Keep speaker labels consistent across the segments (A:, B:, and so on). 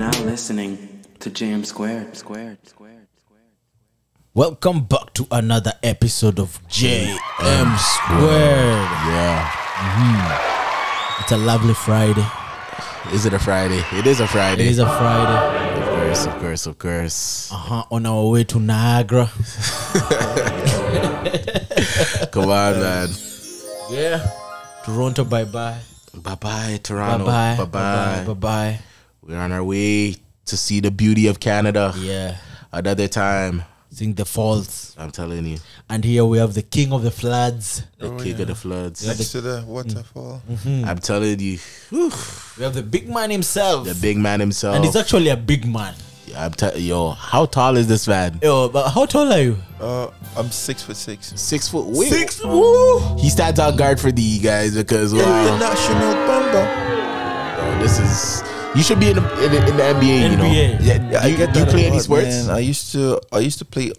A: listening to Jam Squared. Squared. Squared.
B: Welcome back to another episode of JM Squared. Mm-hmm.
C: Yeah.
B: It's a lovely Friday.
C: Is it a Friday? It is a Friday.
B: It is a Friday.
C: of course, of course, of course.
B: Uh huh. On our way to Niagara.
C: Come on, man.
B: Yeah. Toronto, bye bye.
C: Bye bye,
B: Bye
C: Toronto.
B: bye.
C: Bye
B: Bye
C: bye.
B: bye.
C: We're on our way to see the beauty of Canada
B: Yeah.
C: another time.
B: Sing the falls.
C: I'm telling you,
B: And here we have the king of the floods.
C: the king of the floods.
D: next Mm. to the waterfall.
B: Mm.
C: I'm telling you, whew,
B: We have the big man himself.
C: the big man himself.
B: and he's actually a big man.
C: I'm tell yo, how tall is this man?
B: Yo, but how tall are you?
D: Uh, I'm six for six.
C: Six foot. Wait,
B: Woo!
C: He stands out guard for the E guys because wow,
D: International bomber.
C: yo, this is. You should be in the, in the, in the NBA, You
B: NBA.
C: know, yeah.
D: Yeah,
C: you,
D: I get
C: do
D: that
C: you
D: a
C: play any
D: lot,
C: sports?
D: man. I used to. I used to play.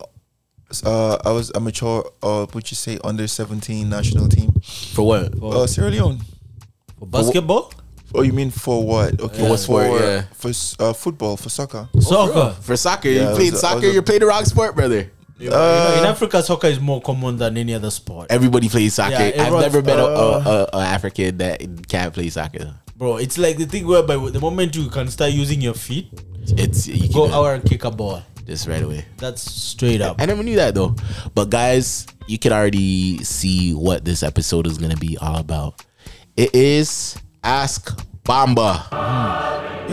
D: Uh, I was amateur. Uh, would you say under seventeen national team?
C: For what?
D: Uh, Sierra Leone.
B: Basketball?
D: Oh, you mean for what? Okay,
C: For what sport,
D: For,
C: yeah.
D: for s- uh, football, for soccer.
B: Soccer.
C: For soccer,
D: Yeah, I
C: you
D: was
C: played
D: a- I
C: soccer.
D: was a-
C: you played the wrong sport, brother.
B: you know,
C: Uh,
B: in Africa, soccer is more common than any other sport.
C: Everybody plays soccer.
B: Yeah, uh,
C: I've
B: everyone's-
C: never met a, a, a, a African that can't play soccer.
B: Bro, it's like the thing whereby the moment you can start using your feet,
C: It's you
B: go
C: can
B: out and kick a ball.
C: just right away.
B: That's straight up.
C: I never knew that though. But guys, you can already see what this episode is gonna be all about. It is ask Bamba.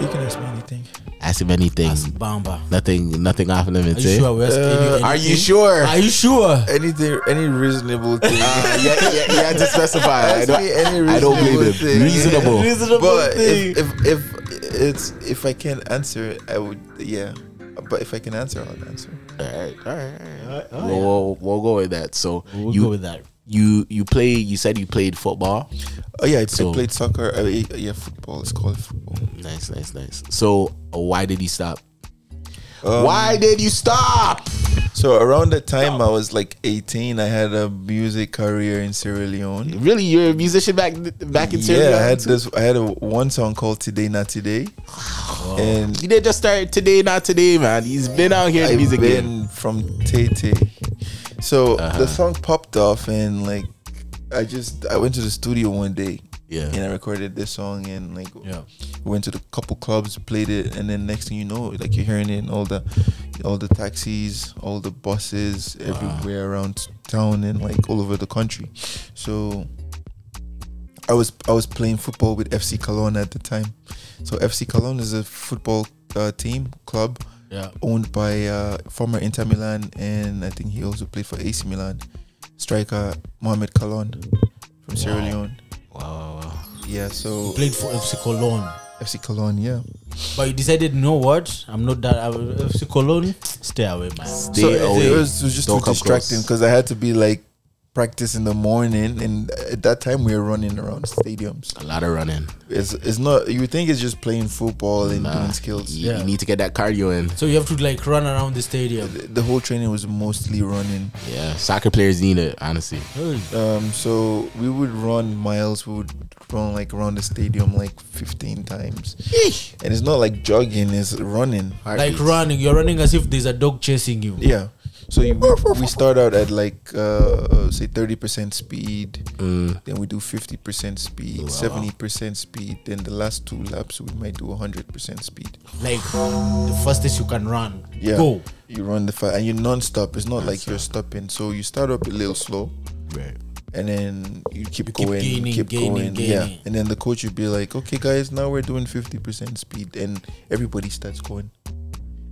D: You can ask me anything.
C: Ask him anything.
B: Bamba.
C: nothing. Nothing off
B: Are
C: limits.
B: you
C: eh?
B: sure
D: Uh,
B: we're asking you
C: Are you
B: anything?
C: sure?
B: Are you sure?
D: Anything, any reasonable thing.
C: Uh, yeah, yeah, yeah, to specify. I
D: Ask
C: don't,
D: me any
C: I don't blame him.
D: reasonable thing.
C: Reasonable.
B: Reasonable
D: but
B: thing.
D: if, if if it's if I can answer, it, I would yeah. But if I can answer, I'll answer.
C: All right, all right, all right.
B: Oh,
C: we'll, we'll, we'll go with that. So
B: we'll
C: you
B: go with that.
C: you you play. You said you played football.
D: Oh yeah, I, I
C: So-
D: played soccer. Uh, yeah, football. It's called football.
C: Nice, nice, nice. So uh, why did you stop?
D: Um,
C: why did you stop?
D: So around the time I was like 18, I had a music career in Sierra Leone.
C: Really, you're a musician back back in Syria.
D: Yeah, I had this. I had a, one song called "Today Not Today," and
C: You did just start today, not today, man. He's been out here in the
D: I've
C: music game.
D: been from Tete. So the song popped off, and like I just I went to the studio one day,
C: Yeah.
D: and I recorded this song, and like
B: Yeah.
D: went to the couple clubs, played it, and then next thing you know, like you're hearing it in all the all the taxis, all the buses, everywhere around town and like all over the country. So I was I was playing football with FC Cologne at the time. So FC Cologne is a football uh, team club
B: Yeah.
D: owned by uh, former Inter Milan and I think he also played for AC Milan striker Mohamed Kalon from Sierra Leone.
C: Wow, wow, wow.
D: Yeah, so
B: Played for FC Cologne.
D: FC Cologne, yeah.
B: But you decided, you know what? I'm not that. I, FC Cologne, stay away, man.
C: Stay
D: so it-
C: away.
D: It, was, it was just
C: Don't
D: too
C: come
D: distracting
C: close.
D: because I had to be like practice in the morning, and at that time we were running around stadiums.
C: a lot of running.
D: It's it's not you would think it's just playing football and
C: Nah,
D: doing skills.
C: You,
B: Yeah.
C: you need to get that cardio in.
B: So you have to like run around the stadium.
D: The whole training was mostly running.
C: Yeah, soccer players need it, honestly.
B: Hey.
D: Um, so we would run miles. We would run like around the stadium like fifteen times, and it's not like jogging; it's running.
B: Like running. You're running as if there's a dog chasing you.
D: Yeah. So you, we, we start out at like uh, say thirty percent speed, then we do fifty percent speed, seventy percent speed. Then the last two laps we might do hundred percent speed.
B: Like the fastest you can run.
D: Yeah,
B: Go.
D: you run the fast and you're non-stop. It's not like you're stopping. So you start up a little slow,
C: Right.
D: and then you keep
B: You keep
D: going, you
B: gaining,
D: keep
B: gaining,
D: going, yeah.
B: gaining.
D: And then the coach would be like, "Okay, guys, now we're doing fifty percent speed," and everybody starts going.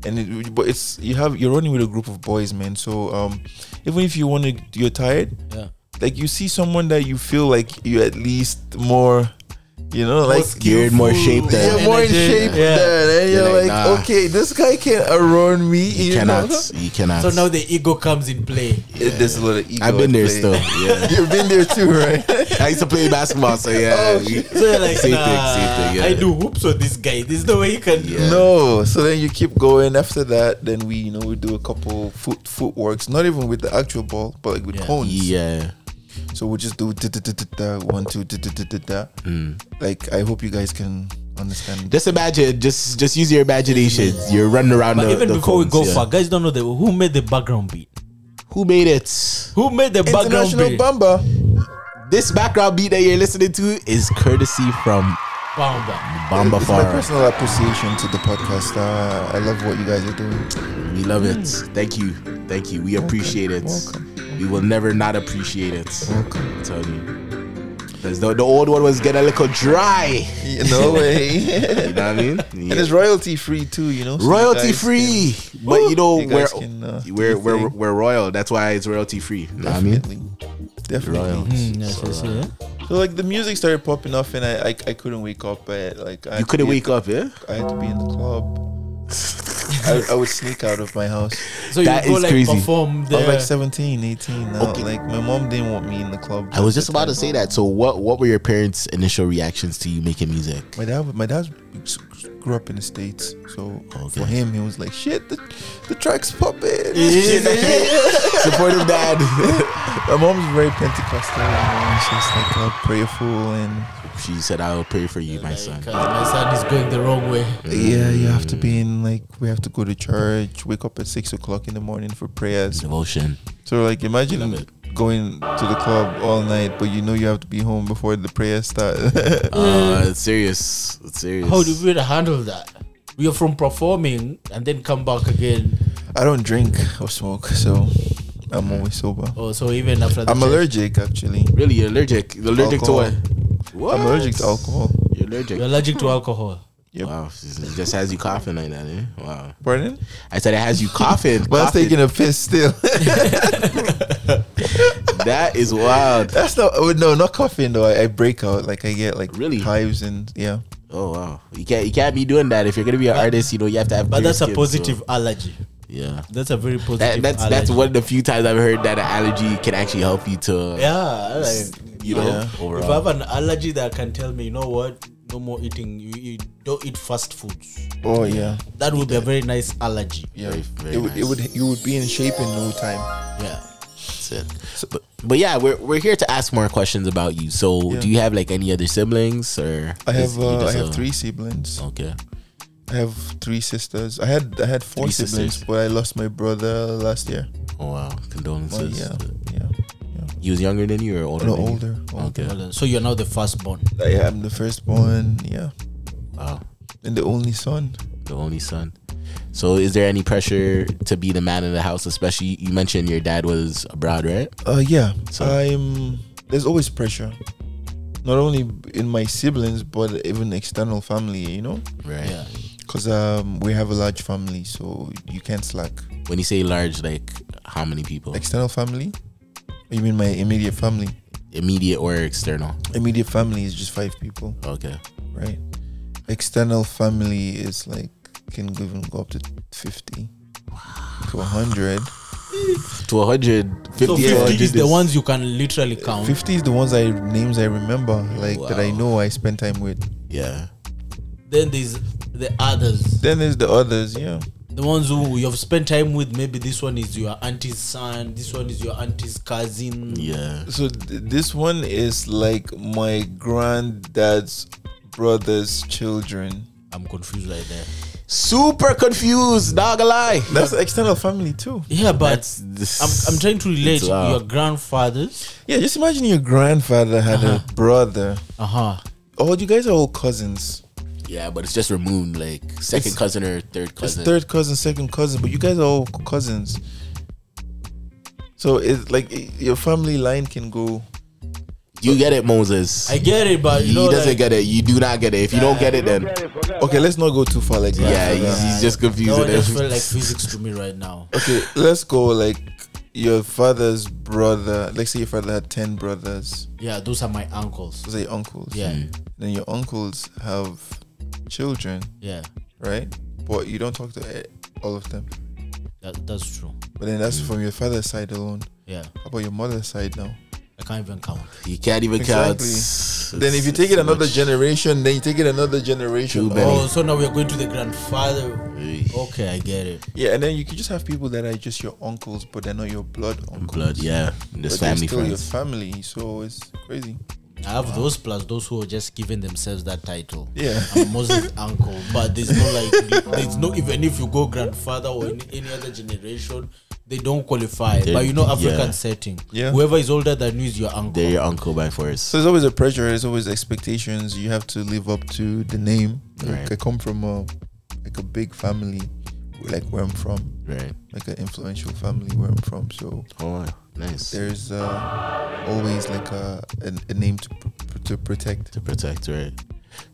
D: And it, but it's you have you're running with a group of boys, man. So um, even if you want to, you're tired.
B: Yeah.
D: Like you see someone that you feel like you at least more, you know, like
C: geared, more
D: you're
C: shaped than-
D: more in
B: Energy.
D: shape
B: Yeah.
D: than, and you're,
C: You're like,
D: like,
C: nah.
D: okay, this guy can outrun me. You,
C: You
D: know?
C: cannot. You cannot.
B: So now the ego comes in play.
D: It- There's a lot of ego.
C: I've been
D: at
C: there
D: play.
C: still. Yeah.
D: You've been there too, right?
C: I used to play basketball, Oh, so yeah. you-
B: So you're like,
C: same
B: nah,
C: thing, same thing. Yeah.
B: I do whoops with this guy. There's no way he can.
C: Yeah.
D: No, so then you keep going. After that, then we you know we do a couple foot footworks, not even with the actual ball, but like with
B: Yeah.
D: cones.
C: Yeah.
D: So we just do da da da da da one two da da da da da. Like I hope you guys can understand.
C: Just imagine, just just use your imagination. You're running around.
B: But
C: the,
B: even
C: the
B: before we
C: cones,
B: go
C: yeah.
B: far, guys don't know the, who made the background beat.
C: who made it?
B: Who made the background
D: International
B: beat?
D: Bamba.
C: This background beat that you're listening to is courtesy from
B: Bamba.
C: Bamba
D: It's my
C: Farah.
D: personal appreciation to the podcast. Uh, I love what you guys are doing.
C: We love it. Thank you. Thank you. We appreciate it.
D: welcome.
C: We will never not appreciate it.
D: Welcome.
C: I'm telling you. 'Cause the, the old one was getting a little dry.
D: Yeah, no way.
C: You know what I mean?
D: And it's royalty free too, you know. so you
C: royalty
D: guys
C: free. But you know,
D: you
C: we're,
D: guys can, uh, do
C: we're,
D: your
C: we're,
D: thing.
C: we're royal. That's why it's royalty free. You
D: can
C: know what I mean?
D: Definitely, definitely.
C: Royal.
B: Mm, yes, yes, yeah.
D: So like the music started popping off, and I I, I couldn't wake up. I, like I had
C: You
D: to
C: couldn't
D: be-
C: wake up, yeah?
D: I had to be in the club. I, I would sneak out of my house.
B: So you
C: That
B: go
C: is
B: like
C: crazy.
B: perform the
D: I was like 17, 18 now.
C: Okay.
D: Like my mom didn't want me in the club.
C: I was just about to say that. So, what what were your parents' initial reactions to you making music?
D: My dad, my dad grew up in the states, so
C: Okay.
D: for him, he was like, "Shit, the, the track's popping."
C: Supportive dad.
D: my mom's very Pentecostal. And she's like uh, prayerful, and
C: she said, "I will pray for you, my son."
B: Because my son is going the wrong way.
D: yeah, you have to be in like we have to go to church, wake up at six o'clock in the morning for prayers.
C: Devotion.
D: So like,
C: Love
D: imagine
C: it.
D: going to the club all night, but you know you have to be home before the prayers start.
B: Mm.
C: Uh, it's serious. It's serious.
B: How do we handle that? We are from performing and then come back again.
D: I don't drink or smoke, so I'm always sober.
B: Oh, so even after the
D: I'm
B: church-
D: allergic, actually.
C: Really, you're allergic. You're allergic to
D: Alcohol.
C: what? what?
D: I'm allergic to alcohol.
C: You're allergic.
B: You're allergic to alcohol.
D: Yep.
C: Wow, it just has you coughing like that, eh? Wow.
D: Pardon?
C: I said it has you coughing.
D: But I'm
C: coughing.
D: taking a piss still.
C: that is wild.
D: That's not oh, no, not coughing though. I, I break out like I get like
C: Really?
D: hives and yeah.
C: Oh wow, you can't you can't be doing that if you're gonna be an artist. You know you have to have.
B: But
C: clear
B: that's a
C: skin,
B: positive
C: so-
B: allergy.
C: yeah.
B: That's a very positive
C: That, that's
B: allergy.
C: that's one of the few times I've heard that an allergy can actually help you to.
B: Yeah. Like,
C: You know.
D: Yeah.
B: if I have an allergy that can tell me, you know what, no more eating, you, you don't eat fast foods.
D: Oh yeah.
B: That would be a very nice allergy.
D: Yeah.
C: Very- very
D: it would
C: nice.
D: it would you would be in shape in no time.
B: Yeah.
C: That's it. But, but yeah, we're, we're here to ask more questions about you. So,
D: Yeah.
C: do you have like any other siblings or?
D: I
C: is
D: have
C: you Oh.
D: uh, I
C: just
D: have
C: a-
D: three siblings.
C: Okay.
D: I have three sisters. I had I had four
C: Three
D: siblings,
C: sisters.
D: but I lost my brother last year.
C: Oh wow,
D: Well,
C: condolences.
D: yeah, yeah.
C: He was younger than you or older?
D: No,
C: than you?
D: older. older.
C: Okay.
B: Well then, So you're now the firstborn.
D: I am the firstborn. Yeah,
C: Wow,
D: and the only son.
C: the only son. So, is there any pressure to be the man in the house? Especially, you mentioned your dad was abroad, right?
D: Uh, yeah.
C: So-
D: I'm. There's always pressure, not only in my siblings but even external family. You know,
C: Right.
B: Yeah.
D: because um, we have a large family, so you can't slack.
C: When you say large, like how many people?
D: External family? You mean my immediate family?
C: Immediate or external?
D: Immediate family is just five people,
C: Okay.
D: right? External family is like can go- even go up to fifty to hundred.
C: To 100, 50,
B: So 50 is the ones you can literally
C: Uh,
B: count.
D: Fifty is the ones I names I remember, like that I
C: Wow.
D: know I spend time with.
C: Yeah.
B: Then there's the others.
D: Then there's the others, yeah.
B: The ones who you have spent time with. Maybe this one is your auntie's son. This one is your auntie's cousin.
C: Yeah.
D: So th- this one is like my granddad's brother's children.
B: I'm confused right there.
C: Super confused, not gonna lie.
D: That's external family too.
B: Yeah, but
C: That's- this-
B: I'm, I'm trying to relate
C: It's wild.
B: your grandfathers.
D: Yeah, just imagine your grandfather had a brother.
B: Uh
C: Uh-huh.
B: huh.
D: Oh, you guys are all cousins.
C: Yeah, but it's just removed, like second
D: It's-
C: cousin or third
D: It's
C: cousin.
D: third cousin, second cousin, but you guys are all cousins. So it's like i- your family line can go.
C: You get it, Moses.
B: I get it, but you
C: he
B: know,
C: doesn't
B: like,
C: get it. You do not get it. If you don't get it, then
D: Okay, let's not go too far like that.
C: yeah, he's, he's just
B: that
C: confused.
B: one
C: at
B: just
C: every-
B: felt like physics to me right now.
D: Okay, let's go like your father's brother. Let's say your father had ten brothers.
B: Yeah, those are my uncles.
D: Those are your uncles.
B: Yeah,
C: Hmm.
D: Then your uncles have children,
B: yeah,
D: right? But you don't talk to eh, all of them.
B: that, that's true.
D: But then that's from your father's side alone.
B: Yeah,
D: How about your mother's side now?
B: I can't even count.
C: you can't even count.
D: Exactly. then if you take it another generation, then you take it another generation.
C: Too many.
D: Oh,
B: Oh, so now we're going to the grandfather.
C: generation,
B: Okay, I get it.
D: yeah, and then you can just have people that are just your uncles, but they're not your blood uncles.
C: blood, yeah,
D: but
C: this
D: they're
C: family
D: still
C: friends.
D: your family. So it's crazy.
B: I have those plus those who are just giving themselves that title.
D: Yeah.
B: I'm Moses' uncle, but there's no like, there's no even if you go grandfather or any, any other generation, they don't qualify.
C: They-
B: but you know, African
C: yeah.
B: setting,
D: Yeah.
B: whoever is older than you is your uncle.
C: They're your uncle by force.
D: So there's always a pressure. There's always expectations. You have to live up to the name. Like,
C: Right.
D: I come from a like a big family, like where I'm from,
C: Right.
D: like an influential family where I'm from. So
C: Oh, nice.
D: there's uh, always like a, a, a name to pr- to protect.
C: to protect, right?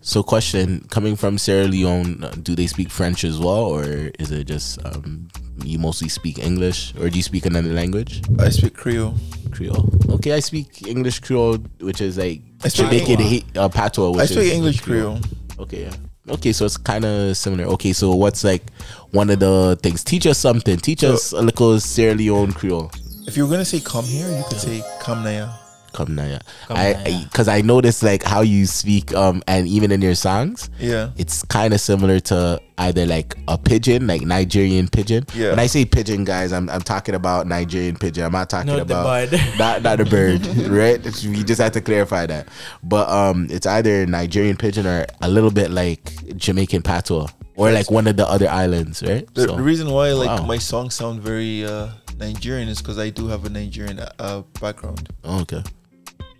C: So, question coming from Sierra Leone, uh, do they speak French as well, or is it just um, you mostly speak English, or do you speak another language?
D: I speak Creole.
C: Creole. Okay, I speak English Creole, which is like
D: I speak
C: Jamaican
D: English.
C: he- uh, patois. Which
D: I speak
C: is
D: English Creole.
C: Okay, yeah. Okay, so it's kind of similar. Okay, so what's like one of the things? Teach us something. Teach us a little Sierra Leone Creole.
D: If you were gonna say come here, you could say come naya.
C: Come now, yeah.
B: Come now, yeah.
C: I because I noticed like how you speak, um, and even in your songs,
D: Yeah.
C: it's kind of similar to either like a pigeon, like Nigerian pigeon.
D: Yeah.
C: When I say pigeon, guys, I'm, I'm talking about Nigerian pigeon. I'm not talking
B: Not the
C: about
B: bird.
C: not not a bird, right? We just have to clarify that. But um, it's either Nigerian pigeon or a little bit like Jamaican patois or like one of the other islands, right?
D: The, the
C: So,
D: reason why like
C: Wow.
D: my songs sound very uh, Nigerian is because I do have a Nigerian uh, background.
C: oh, okay.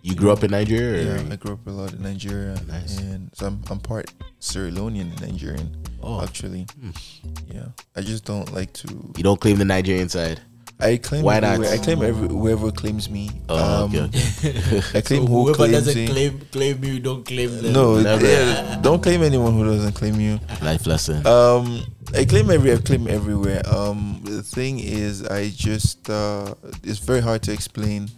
C: You grew up in Nigeria? Or?
D: Yeah, I grew up a lot in Nigeria,
C: Nice.
D: and so I'm, I'm part Sierra Leonean and Nigerian.
C: Oh.
D: actually, yeah. I just don't like to.
C: You don't claim the Nigerian side.
D: I claim
C: Why not?
D: everywhere- I claim every, whoever claims me.
C: Oh,
D: Um,
C: okay, okay.
D: I claim
B: So
D: who
B: whoever
D: claims
B: doesn't
D: it.
B: claim claim you, don't claim them.
D: No,
C: Never.
D: yeah, don't claim anyone who doesn't claim you.
C: Life lesson.
D: Um, I claim every, I claim everywhere. Um, the thing is, I just uh, it's very hard to explain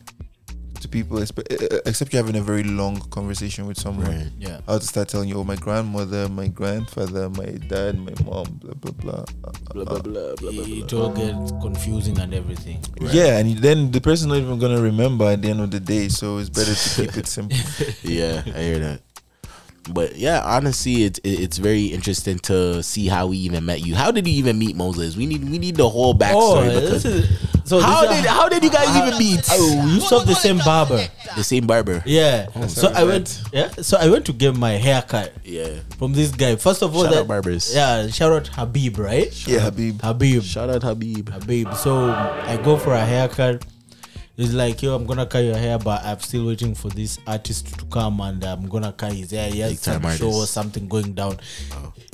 D: to people, expe- uh, except you're having a very long conversation with someone.
C: right.
B: Yeah.
D: I'll just start telling you, oh, my grandmother, my grandfather, my dad, my mom, blah blah blah. Uh,
C: Blah, blah, blah, blah, blah, blah.
B: It all gets confusing and everything.
D: Yeah, and then the person not even gonna remember at the end of the day, so it's better to keep it simple.
C: yeah, I hear that. But yeah, honestly, it's it- it's very interesting to see how we even met you. How did you even meet Moses? We need we need the whole
B: Oh,
C: backstory
B: this
C: because
B: is so.
C: how
B: this is-
C: did how did you guys even meet?
B: Oh, you saw the same barber.
C: The same barber.
B: Yeah.
C: Oh,
B: so
D: how we
B: I went. Yeah. So I went to get my haircut
C: Yeah.
B: from this guy. First of all,
C: Shout out
B: that
C: barbers.
B: Yeah. Shout out Habib, right?
D: yeah, Habib.
B: Habib.
C: Shout out Habib.
B: Habib. So I go for a haircut. He's like, yo, I'm gonna cut your hair, but I'm still waiting for this artist to come and I'm gonna cut his hair. He has
C: Big time
B: some
C: artist. Oh.
B: show or something going down.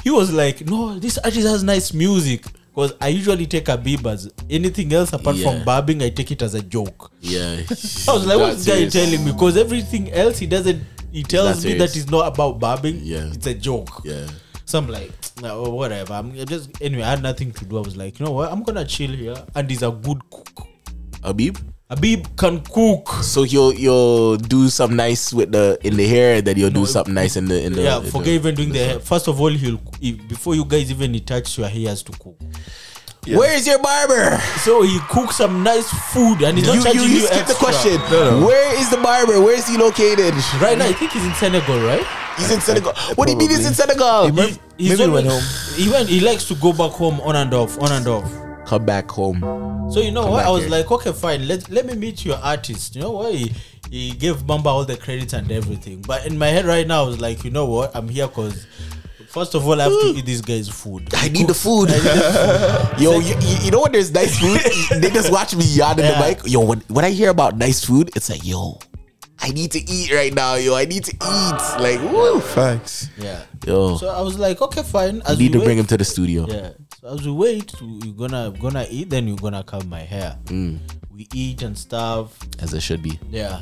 B: He was like, no, this artist has nice music. Because I usually take Habib as anything else apart
C: Yeah.
B: from barbing, I take it as a joke.
C: Yeah.
B: I was like, what's this guy telling me? Because everything else he doesn't, he tells
C: That's
B: me
C: it.
B: that it's not about barbing.
C: Yeah.
B: It's a joke.
C: Yeah.
B: So I'm like, "Nah, oh, whatever. I'm just, anyway, I had nothing to do. I was like, you know what? I'm going to chill here. And he's a good cook.
C: Habib.
B: Habib can cook.
C: So you'll you'll do something nice with the in the hair, then you'll do
B: No,
C: something nice in the in the
B: yeah,
C: in the-
B: forget even doing the hair. First of all, he'll if, before you guys even touch your hair, he has to cook.
D: Yeah.
C: Where is your barber?
B: So he cooks some nice food, and he's not
C: You,
B: charging
C: you,
B: you,
C: you skipped the
B: extra.
C: question. Where is the barber? Where is he located?
B: Right now, I think he's in Senegal, right?
C: He's in Senegal. What do you mean he's in Senegal?
D: He might-
B: He's
D: Maybe he went
B: always- He went. He likes to go back home on and off, on and off.
C: Come back home.
B: So you know what?
C: back
B: I was
C: here.
B: like, okay, fine. Let let me meet your artist. You know what? He, he gave Bamba all the credit and everything. But in my head right now, I was like, you know what? I'm here because first of all, I have to eat this guy's food.
C: I need the food. Yo, you, you- you know when there's nice food, they just watch me yawn in the
B: Yeah.
C: mic. Yo, when, when I hear about nice food, it's like, yo, I need to eat right now. Yo, I need to eat. Like, woo.
D: Facts.
B: Yeah.
C: Yo,
B: So I was like, okay, fine. As
C: need
B: we
C: to bring
B: wait-
C: him to the studio.
B: Yeah. So as we wait, you're gonna gonna eat, then you're gonna cut my hair.
C: Mm.
B: We eat and stuff.
C: As it should be.
B: Yeah.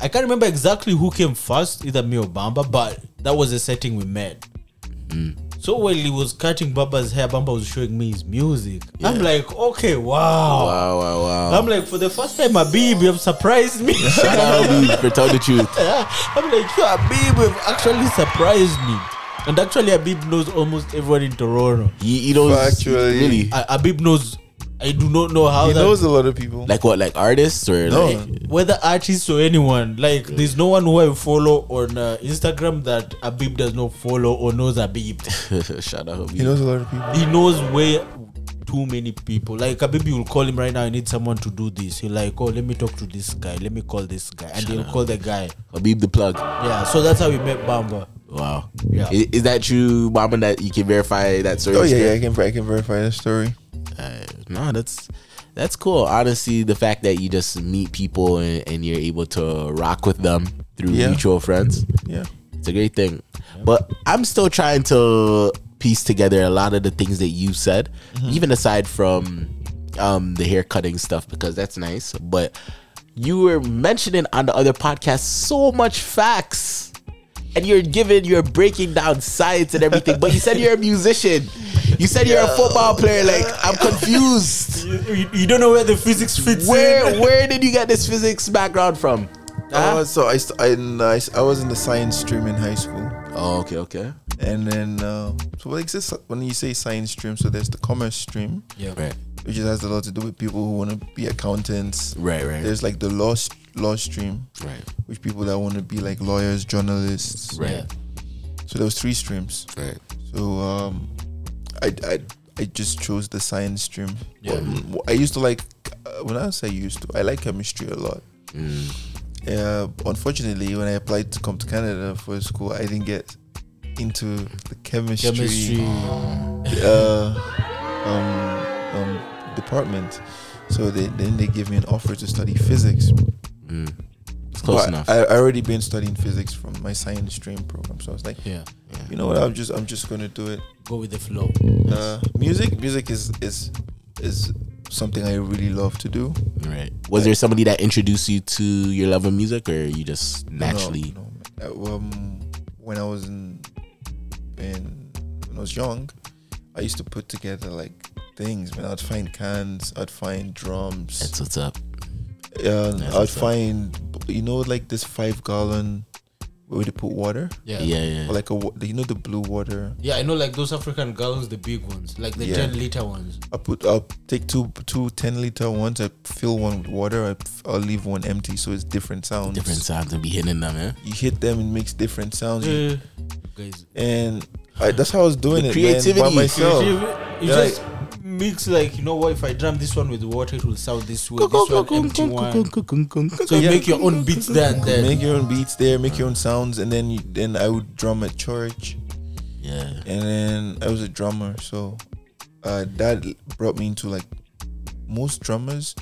B: I can't remember exactly who came first, either me or Bamba, but that was the setting we met.
D: Mm.
B: So while he was cutting Bamba's hair, Bamba was showing me his music. I'm like, okay, wow.
C: Wow, wow, wow.
B: I'm like, for the first time, Abib, you have surprised me.
C: Shout out to me for telling the truth.
B: I'm like, you Abib, you've actually surprised me. And actually, Abib knows almost everyone in Toronto.
C: You, you don't
D: Factually.
C: really
B: I, Abib knows, I do not know how
D: He
B: that,
D: knows a lot of people.
C: like what, like artists or
D: No.
C: like
B: whether artists or anyone like there's no one who i follow on uh, instagram that abib does not follow or knows abib
C: shout out.
D: he knows a lot of people.
B: he knows where too many people. Like a baby will call him right now. I need someone to do this. He'll like, oh, let me talk to this guy. Let me call this guy, and he'll call the guy.
C: Habib the plug.
B: Yeah. So that's how we met Bamba.
C: Wow.
B: Yeah.
C: I- Is, that true, Mama? That you can verify that story?
D: Oh yeah, yeah, I can I can verify that story.
C: Uh, no, that's that's cool. Honestly, the fact that you just meet people and, and you're able to rock with them through
D: Yeah.
C: mutual friends,
D: Yeah.
C: it's a great thing. But I'm still trying to piece together a lot of the things that you said,
B: Mm-hmm.
C: even aside from um, the hair cutting stuff because that's nice. But you were mentioning on the other podcast so much facts. And you're giving, you're breaking down science and everything, but you said you're a musician. You said you're a football player. Like I'm confused.
B: You, you- you don't know where the physics fits
C: Where where did you get this physics background from?
D: Uh, so I, st- I, in, uh, I s- I was in the science stream in high school,
C: Oh, okay, okay.
D: and then uh, so what exists when you say science stream? So there's the commerce stream,
B: Yeah.
C: Right,
D: which just has a lot to do with people who want to be accountants.
C: right, right,
D: There's like the law s- law stream,
C: right,
D: which people that want to be like lawyers, journalists.
C: right,
D: So there was three streams.
C: right.
D: So um, I, I I just chose the science stream.
B: Yeah.
D: Um, I used to like uh, when I say used to, I like chemistry a lot.
B: Mm.
D: Uh, unfortunately, when I applied to come to Canada for school, I didn't get into the chemistry,
B: Chemistry.
D: Uh, um, um, department. So they, then they gave me an offer to study physics.
C: It's close
D: But
C: enough.
D: I, I already been studying physics from my science stream program, so I was like,
B: Yeah.
D: you know what, I'm just I'm just gonna do it.
B: Go with the flow.
D: Uh, music music is is is something I really love to do. Um,
C: right. Was there somebody that introduced you to your love of music, or you just naturally?
D: no, no, man. Uh, um, when I was in, in when I was young, I used to put together like things. Man, I'd find cans, I'd find drums,
C: That's what's up.
D: um,
C: that's
D: I'd
C: what's up.
D: find you know like this five gallon where they put water,
B: Yeah.
C: Yeah, yeah.
D: or like a wa- you know the blue water.
B: Yeah, I know like those African gallons, the big ones, like the
D: Yeah.
B: 10 liter ones.
D: I put I'll take two two ten liter ones. I fill one with water. I, f- I'll leave one empty, so it's different sounds.
C: Different sounds and be hitting them, eh? man.
D: you hit them, it makes different sounds. You-
B: Yeah. Guys.
D: And I, that's how I was doing
C: The
D: it, man,
C: creativity.
D: by myself.
B: You, you
D: Oh. Yeah,
B: just mix like you know what? If I drum this one with water, it will sound this way. This one, empty one. So you
D: Yeah.
B: make your own beats there and then.
D: Make your own beats there, make your own sounds, and then you, then I would drum at church,
C: Yeah,
D: and then I was a drummer, so uh, that brought me into like most drummers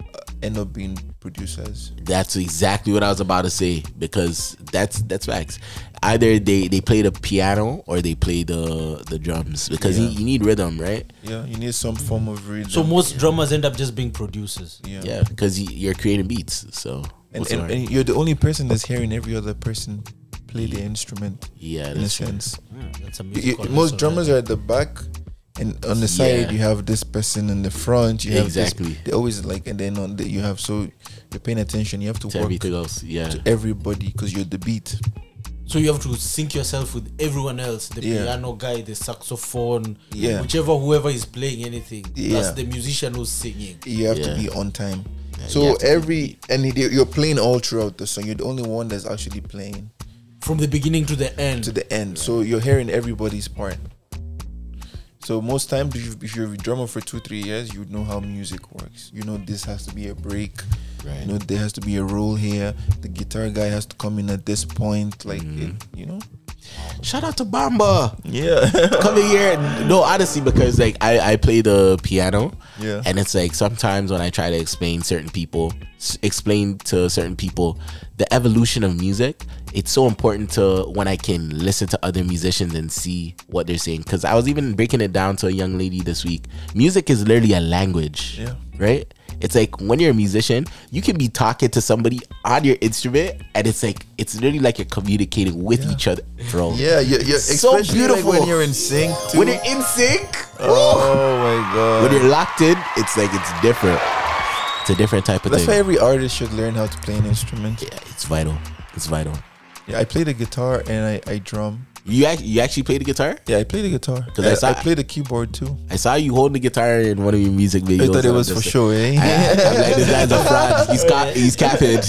D: uh, end up being producers.
C: that's exactly what I was about to say because that's that's facts. Either they they play the piano or they play the the drums because you,
D: Yeah.
C: you need rhythm, right?
D: Yeah, you need some form of rhythm.
B: So most drummers end up just being producers.
D: yeah,
C: Yeah, because you, you're creating beats. So
D: And,
C: what's the
D: and,
C: harm?
D: and you're the only person that's hearing every other person play the instrument
C: yeah,
D: in a
C: that's true.
D: sense.
B: Yeah, that's a
D: You-
B: musical
D: you- most
B: lesson,
D: drummers
B: right?
D: are at the back and on the side
C: Yeah.
D: you have this person in the front you have
C: Exactly.
D: this, they always like and then on the, you have so you're paying attention you have to
C: to
D: work
C: everything else. Yeah,
D: to everybody because you're the beat
B: So you have to sync yourself with everyone else: the
D: Yeah.
B: piano guy, the saxophone,
D: Yeah.
B: whichever whoever is playing anything,
D: Yeah.
B: plus the musician who's singing.
D: you have to
C: Yeah.
D: be on time
C: you
D: so
C: have to be
D: every and it- you're playing all throughout the song you're the only one that's actually playing
B: From the beginning to the end.
D: to the end so you're hearing everybody's part so most times if you- if you're a drummer for two three years you know how music works you know this has to be a break
C: right.
D: you know there has to be a role here the guitar guy has to come in at this point like
C: Mm-hmm.
D: it, you know
C: Shout out to Bamba.
D: yeah
C: Coming here, no, honestly, because like I, I play the piano,
D: Yeah.
C: and it's like sometimes when I try to explain certain people, s- explain to certain people the evolution of music, it's so important to when I can listen to other musicians and see what they're saying. Because I was even breaking it down to a young lady this week. Music is literally a language,
D: Yeah.
C: right? It's like when you're a musician, you can be talking to somebody on your instrument, and it's like it's literally like you're communicating with
D: Yeah.
C: each other, bro.
D: yeah you're, you're
C: So
D: especially, like,
C: beautiful.
D: when you're in sync too.
C: When you're in sync,
D: oh my god
C: when you're locked in, it's like it's different. It's a different type of
D: that's why
C: thing.
D: every artist should learn how to play an instrument
C: yeah, it's vital. It's vital.
D: yeah i play the guitar and i, I drum
C: You act, you actually play the guitar?
D: yeah i play the guitar
C: 'Cause
D: I,
C: that's-
D: I play the keyboard too
C: I saw you holding the guitar in one of your music videos.
D: i thought it
C: and I'm
D: was for
C: just
D: sure eh?
C: like, I, am like, this guy's a fraud. He's ca- he's capping.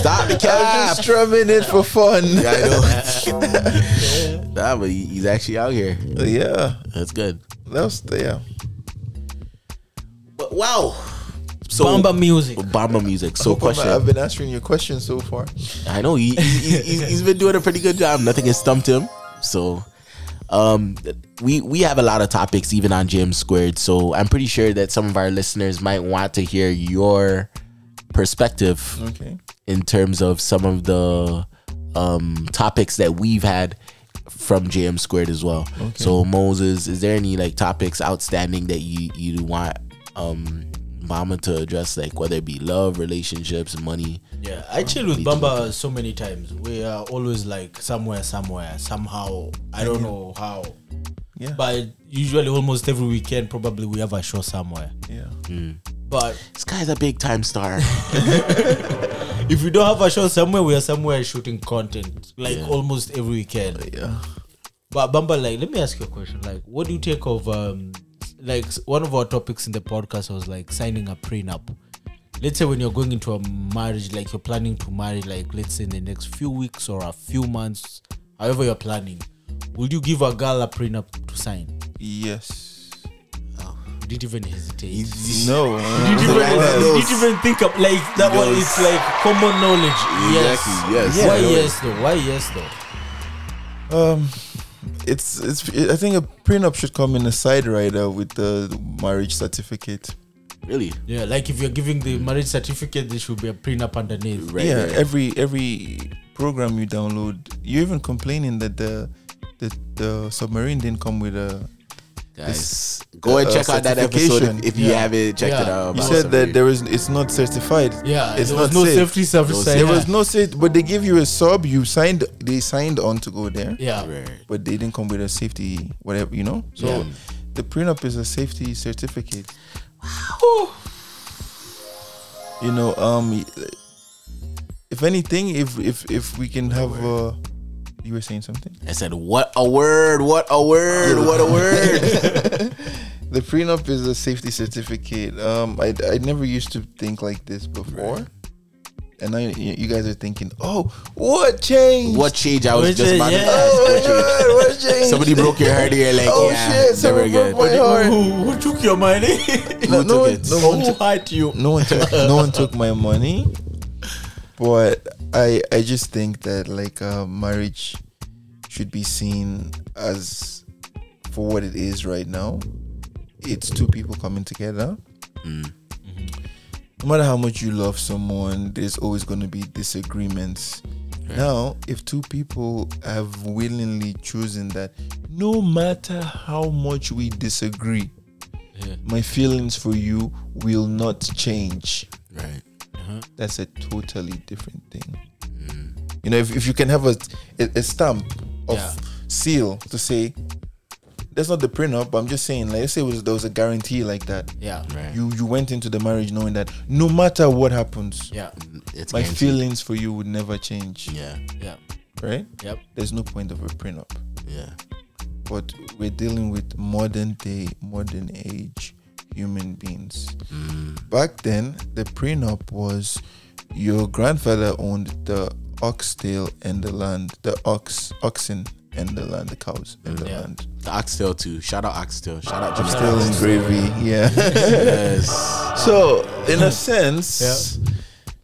C: Stop the
D: i'm
C: cap.
D: just strumming it for fun
C: Yeah, I know. nah, but he- he's actually out here.
D: yeah
C: That's good.
D: that was yeah
C: But wow. So
B: Bamba music.
C: Bamba music. So
D: Hope I'm-
C: question. Mm-hmm.
D: I've been answering your question so far.
C: I know he, he, he's, he's been doing a pretty good job. Nothing has stumped him. So, um, we we have a lot of topics even on Jam Squared. So I'm pretty sure that some of our listeners might want to hear your perspective
D: Okay.
C: in terms of some of the um topics that we've had from JM Squared as well. So Moses, is there any like topics outstanding that you you want um Mama to address, like whether it be love, relationships, money?
B: Yeah, I chill with Bamba so many times. We are always like somewhere, somewhere, somehow. I don't know how.
D: Yeah.
B: But usually, almost every weekend, probably we have a show somewhere.
D: Yeah.
B: But
C: This guy's a big time star.
B: if we don't have a show somewhere, we are somewhere shooting content like almost every weekend.
D: Yeah.
B: But Bamba, like, let me ask you a question. Like, what do you take of um, like s- one of our topics in the podcast was like signing a prenup. Let's say when you're going into a marriage, like you're planning to marry, like let's say in the next few weeks or a few months, however you're planning, would you give a girl a prenup to sign?
D: Yes.
B: You didn't even hesitate. You
D: No.
B: didn't even,
C: Yes.
B: you didn't even think of like that one.
C: Yes.
B: It's like common knowledge.
C: Exactly,
B: Yes.
C: yes. Yeah.
B: Why
C: Yeah.
B: yes though? Why yes though?
D: Um, it's it's. I think a prenup should come in a side rider with the marriage certificate.
C: really?
B: Yeah, like if you're giving the marriage certificate, there should be a prenup underneath.
C: Right.
D: yeah.
C: right.
D: Every every program you download, you're even complaining that the the, the submarine didn't come with a.
C: Guys, go and
D: uh,
C: check out that episode
D: certification.
C: if, if you
B: Yeah.
C: haven't checked it
B: Yeah.
C: out.
D: You
C: about
D: said
C: somebody.
D: that there is. It's not certified.
B: Yeah,
D: It's
B: there was
D: not
B: no
D: safe.
B: safety service.
C: There
B: sign.
D: There was no safe, but they give you a sub. You signed. They signed on to go there.
B: yeah.
C: Right.
D: But they didn't come with a safety, whatever you know. So
C: Yeah.
D: the prenup is a safety certificate. you know um if anything if if if we can have uh you were saying something
C: I said, what a word, what a word, what a word.
D: the prenup is a safety certificate um i i never used to think like this before and now you, you guys are thinking oh what changed
C: what change? I was
B: Which
C: just
B: is-
C: about
B: yeah.
C: to ask.
D: oh
C: What
D: my
C: change?
D: god what changed
C: Somebody broke your heart here, like,
D: Oh,
C: yeah,
D: shit,
C: never
D: someone
C: again.
D: broke my heart.
B: Who, Oh, who took your money?
D: no,
C: Who
D: no,
C: took
D: one,
C: it?
D: no one
B: who hurt you?
D: no one took no one took my money but i i just think that like uh marriage should be seen as for what it is right now it's two people coming together no matter how much you love someone there's always going to be disagreements now if two people have willingly chosen that no matter how much we disagree my feelings for you will not change.
C: Right.
D: That's a totally different thing. You know, if, if you can have a, a, a stamp of
B: Yeah.
D: seal to say, that's not the prenup, but I'm just saying, like, let's say it was, there was a guarantee like that.
B: Yeah.
C: Right.
D: You you went into the marriage knowing that no matter what happens,
B: Yeah.
C: It's
D: my
C: guaranteed.
D: feelings for you would never change,
C: Yeah.
B: Yeah.
D: right?
B: Yep.
D: There's no point of a prenup.
C: Yeah.
D: But we're dealing with modern day, modern age human beings. Back then, the prenup was your grandfather owned the ox tail and the land, the ox, oxen and the land, the cows and the
B: Yeah.
D: land.
C: The oxtail too. Shout out oxtail. Shout out Jamaica.
D: Still in gravy, yeah.
C: Yes.
D: so, in a sense,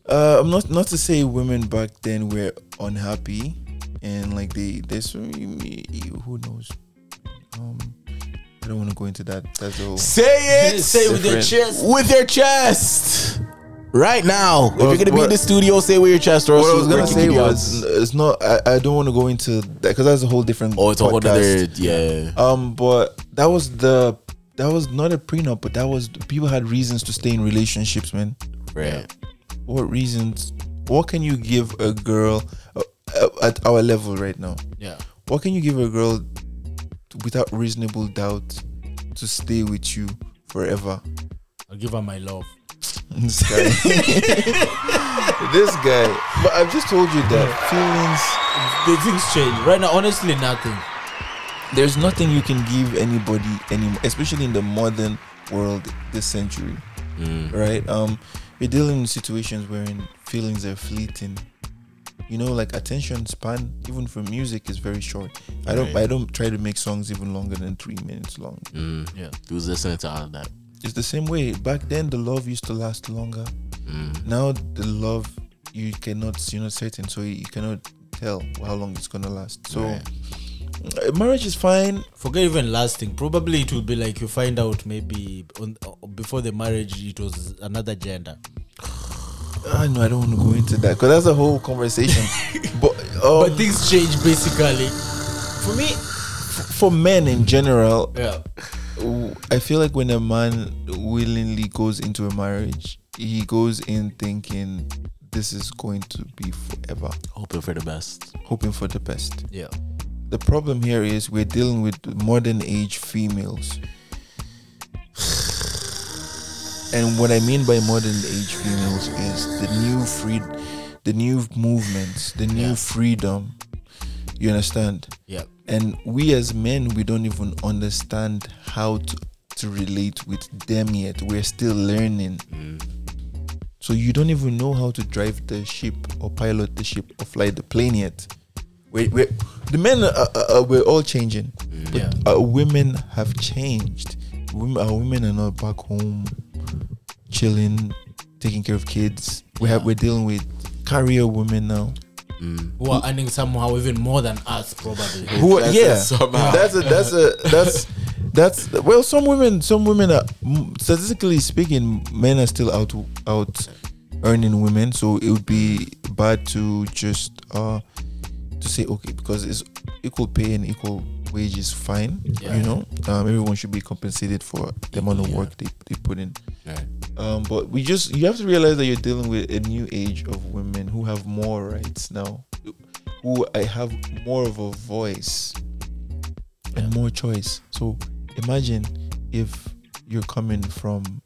D: uh, I'm not not to say women back then were unhappy and like they there's who knows. Um, I don't want to go into that. That's all.
C: Say it.
B: Say with your
D: different.
B: chest.
C: with your chest. Right now, if
D: Well,
C: you're gonna be in
D: what-
C: the studio, say with your chest, or
D: what I
C: else
D: was
C: we're
D: gonna
C: kicking
D: say
C: you out.
D: was it's not. I, I don't want to go into that because that's a whole different.
C: oh, it's a whole other, yeah,
D: Um, but that was the that was not a prenup, but that was people had reasons to stay in relationships, man.
C: right,
D: What reasons? What can you give a girl uh, uh, at our level right now?
B: Yeah.
D: What can you give a girl without reasonable doubt to stay with you forever?
B: I'll give her my love.
D: This guy. this guy. But I've just told you that feelings.
B: The things change. Right now, honestly, nothing.
D: there's nothing you can give anybody anymore, especially in the modern world this century, right? Um, we're dealing with situations wherein feelings are fleeting. You know, like attention span, even for music, is very short. I don't,
C: Right.
D: I don't try to make songs even longer than three minutes long.
C: mm.
B: Yeah.
C: Who's listening to all of that?
D: it's the same way. Back then, the love used to last longer. Now, the love you cannot, you're not certain, so you cannot tell how long it's gonna last. So, uh, marriage is fine.
B: Forget even lasting. Probably it will be like you find out maybe on uh, before the marriage it was another gender.
D: I know Ah, I don't want to go into that because that's a whole conversation. but um,
B: But things change basically. For me,
D: for men in general,
B: yeah,
D: w- I feel like when a man willingly goes into a marriage, he goes in thinking this is going to be forever,
C: Hoping for the best.
D: hoping for the best.
B: yeah.
D: The problem here is we're dealing with modern age females. And what I mean by modern age females is the new free the new movements, the new freedom. You understand?
B: Yeah.
D: And we as men we don't even understand how to, to relate with them yet. We're still learning. So you don't even know how to drive the ship or pilot the ship or fly the plane yet. We, we, the men are, are, are- we're all changing.
B: Yeah.
D: Our women have changed. Women, our women are not back home, chilling, taking care of kids. We have we're dealing with career women now.
B: Who are earning somehow even more than us probably.
D: Who?
C: That's a
D: yeah,
C: somehow.
D: that's a that's a that's that's well. Some women, some women are mm, statistically speaking, men are still out out earning women. So it would be bad to just uh to say okay because it's equal pay and equal wages. Fine,
B: Yeah.
D: you know, um, everyone should be compensated for the amount of work they, they put in. Um, but we just you have to realize that you're dealing with a new age of women who have more rights now, who I have more of a voice and more choice. So imagine if you're coming from.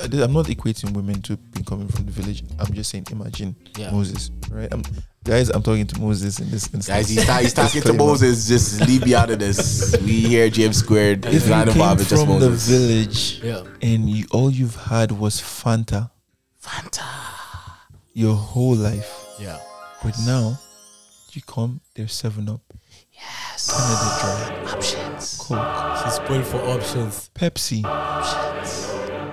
D: I'm not equating women to being coming from the village. I'm just saying, imagine
B: Yeah.
D: Moses, right? I'm, guys, I'm talking to Moses in this instance.
C: Guys, he's, ta- he's talking to
D: Disclaimer.
C: Moses. Just leave me out of this. We here, James Squared.
D: If
C: It's
D: you
C: not
D: came
C: involved. It's just
D: from the
C: Moses.
D: village
B: Yeah.
D: and you, all you've had was Fanta
C: Fanta.
D: your whole life,
B: Yeah.
D: But now, you come, there's 7 Up. Yes. Canada Dry. Options. Coke.
B: She's spoiled for options.
D: Pepsi.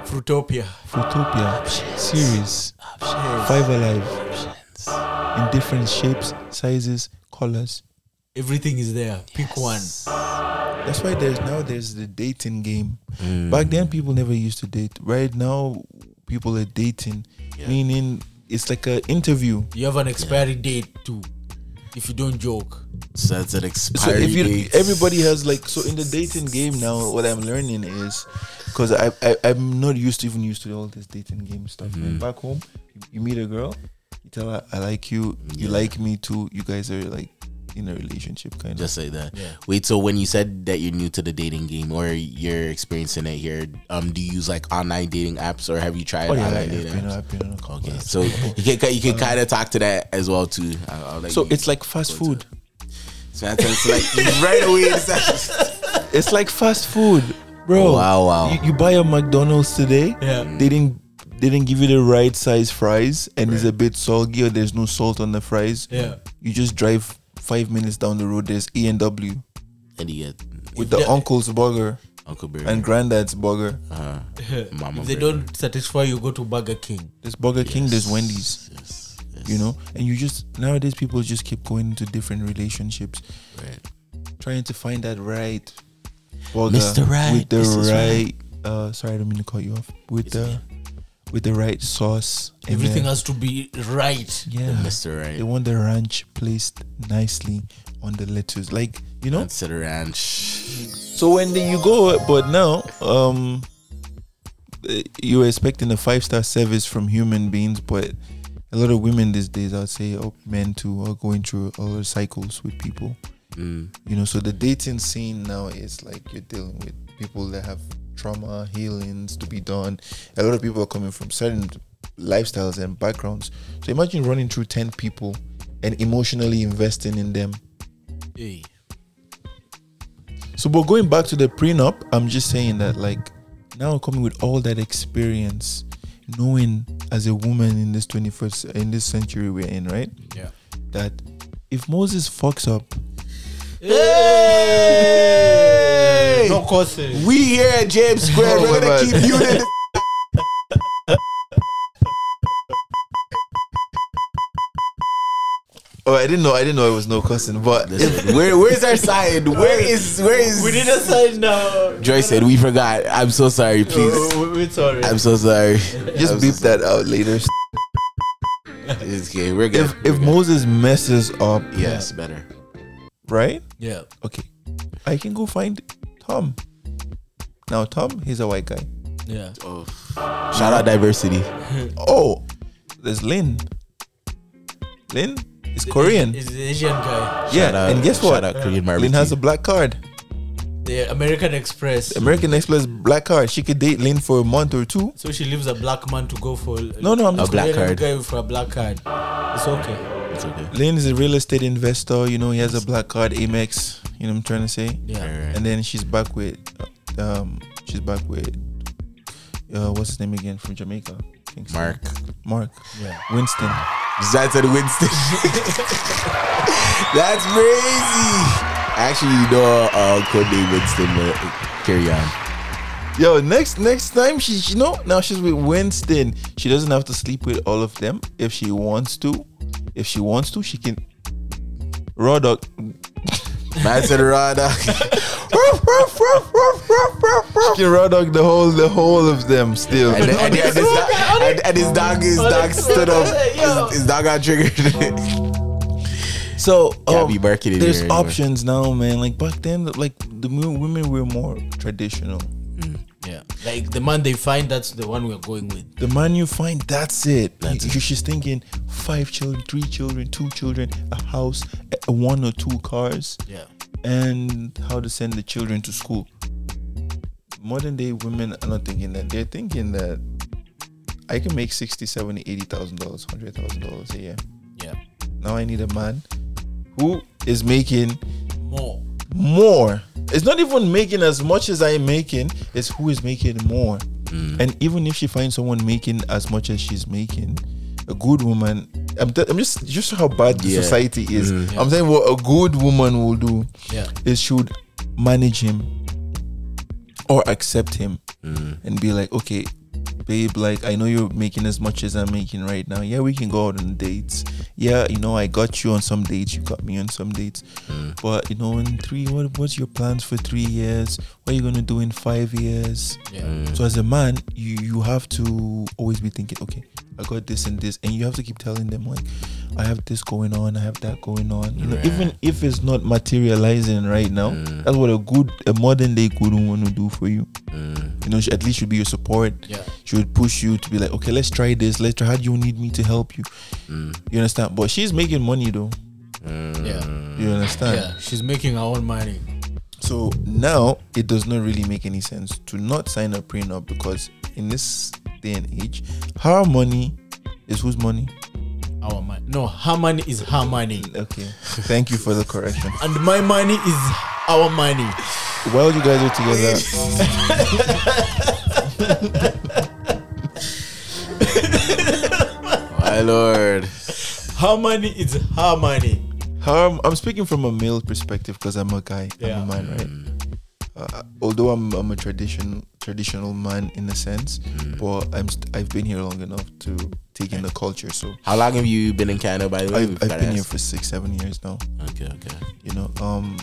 B: Fruitopia.
D: Fruitopia. Series. Five Alive. In different shapes, sizes, colors.
B: Everything is there. Pick one.
D: That's why there's now there's the dating game.
C: Mm.
D: Back then people never used to date. Right now people are dating. Meaning it's like an interview.
B: You have an expiry date too. If you don't joke.
C: So that's an
D: so
C: expiry
D: if you
C: date.
D: everybody has like so in the dating game now what i'm learning is because I, I i'm not used to even used to all this dating game stuff
C: Mm-hmm.
D: Like, back home you, you meet a girl you tell her i like you you like me too you guys are like in a relationship kind of
C: Just like that.
B: Yeah.
C: Wait, so when you said that you're new to the dating game or you're experiencing it here, um, do you use like online dating apps or have you tried
D: oh yeah,
C: online
D: I've
C: dating
D: been,
C: apps?
D: I've been on a couple
C: Okay,
D: apps.
C: so you can you can kind of talk to that as well too. I'll, I'll let
D: so
C: you-
D: it's like fast
C: go to
D: food
C: So that's it's like right away. It's actually,
D: it's like fast food bro
C: Wow, wow.
D: Oh. you, you buy a mcdonald's today
B: Oh. Yeah.
C: Mm.
D: they didn't they didn't give you the right size fries and it's a bit soggy or there's no salt on the fries
B: Yeah.
D: you just drive five minutes down the road there's E and W
C: and you get
D: with the
B: Yeah.
D: uncle's burger
C: Uncle Barry
D: and granddad's burger.
C: uh, Mama
B: if they
C: Burger.
B: don't satisfy you, go to Burger King.
D: There's Burger King, there's Wendy's,
C: Yes, yes,
D: you know? And you just nowadays people just keep going into different relationships,
C: right.
D: trying to find that right burger
C: Mr. Right,
D: with the
C: Mrs.
D: right, uh sorry I don't mean to cut you off. With
C: It's
D: the with the right sauce. and
B: Everything
D: then-
B: has to be right.
D: Yeah.
C: Mr.
D: They
C: Right.
D: want the ranch placed nicely on the lettuce. Like, you know?
C: Consider ranch.
D: So when the, you go, but now, um, uh, you're expecting a five star service from human beings, but a lot of women these days, I'd say, or men too, are going through a lot of cycles with people.
C: Mm.
D: You know, so the dating scene now is like you're dealing with people that have trauma, healings to be done. A lot of people are coming from certain lifestyles and backgrounds. So imagine running through 10 people and emotionally investing in them.
B: Hey.
D: So, but going back to the prenup, I'm just saying that, like, now coming with all that experience, knowing as a woman in this 21st, in this century we're in, right?
B: Yeah.
D: That if Moses fucks up,
B: Hey! Not courses.
C: We here at James Square,
D: Oh
C: we're
D: my
C: gonna
D: God.
C: keep you in the
D: Oh, I didn't know. I didn't know it was no cussing. But if,
C: Where, where's our sign? Where is where is
B: We need a sign now.
C: Joy said we forgot. I'm so sorry, please.
B: Oh, we- we're sorry.
C: I'm so sorry.
D: just beep that out later.
C: It's okay. We're good.
D: If if Moses messes up,
C: yes, better.
D: right?
B: yeah.
D: Okay, I can go find Tom. Now Tom, he's a white guy.
B: Yeah.
C: Oh. Shout out diversity.
D: Oh, there's Lin. Lin is Korean.
B: Is the Asian guy.
D: yeah,
C: Shout out-
D: and guess
C: shout
D: what?
C: out Korean
D: Lin has a
C: barbecue.
D: black card.
B: The American Express.
D: American Express black card. She could date Lin for a month or two.
B: So she leaves a black man to go for
D: No, no, I'm
C: A
D: just
C: black
B: Korean
C: card.
B: guy for a black card. It's okay.
C: It's okay.
D: Lin is a real estate investor. You know, he has a black card, Amex. You know what I'm trying to say?
B: Yeah.
C: Alright.
D: And then she's back with, um, she's back with, uh, what's his name again from Jamaica? Kingston.
C: Mark.
D: Mark.
B: Yeah.
D: Winston.
C: That's at Winston. That's crazy. Actually, you know, uh, code name Winston. But carry on.
D: Yo, next next time she, she no now she's with Winston. She doesn't have to sleep with all of them if she wants to. If she wants to, she can. Raw dog.
C: Man said raw dog.
D: She can raw dog the whole the whole of them still.
C: And, then- and, then- and, his dog, and, and his dog, his dog stood
B: Yo.
C: up. His, his dog got triggered.
D: So
C: Can't
D: um,
C: be marketed
D: there's
C: here anymore.
D: options now, man. Like back then, like the mo- women were more traditional.
B: Yeah. Like the man they find, that's the one we're going with.
D: The man you find, that's it. you, are just thinking five children, three children, two children, a house, a- a one or two cars,
B: Yeah.
D: and how to send the children to school. Modern day women are not thinking that. They're thinking that I can make 60, 70, 80,000 dollars, 100,000 dollars a year.
B: Yeah.
D: Now I need a man who is making
B: More.
D: more. It's not even making as much as I'm making, it's who is making more. And even if she finds someone making as much as she's making, a good woman, I'm, t- I'm just just how bad the
C: Yeah.
D: society is. I'm saying what a good woman will do
B: Yeah.
D: is she would manage him or accept him and be like, okay, babe, like I know you're making as much as I'm making right now. Yeah, we can go out on dates. Yeah, you know I got you on some dates, you got me on some dates. But you know, in three, what what's your plans for three years? What are you gonna do in five years?
B: Yeah.
D: So as a man, you you have to always be thinking, okay, I got this and this, and you have to keep telling them like, I have this going on, I have that going on. You know, even if it's not materializing right now,
B: Mm.
D: that's what a good, a modern day good woman will do for you. You know, she at least should be your support.
B: Mm. Yeah.
D: She would push you to be like, okay, let's try this. Let's try. How do you need me to help you?
B: Mm.
D: You understand? But she's making money though. Mm.
B: Yeah.
D: You understand?
B: Mm. Yeah. She's making her own money.
D: So now it does not really make any sense to not sign a prenup because in this day and age, her money is whose money?
B: Our money. No, her money is her money.
D: Okay. Thank you for the correction.
B: And my money is our money.
D: While you guys are together,
C: My lord.
B: Her money is her money.
D: her, I'm speaking from a male perspective because I'm a guy.
B: Yeah.
D: I'm a man, right? Uh, although I'm, I'm a tradition, traditional man in a sense, but I'm st- I've been here long enough to take in the culture. So
C: How long have you been in Canada, by the way?
D: I've,
C: We've
D: I've
C: gotta
D: been here
C: ask.
D: for six, seven years now.
C: Okay, okay.
D: you know um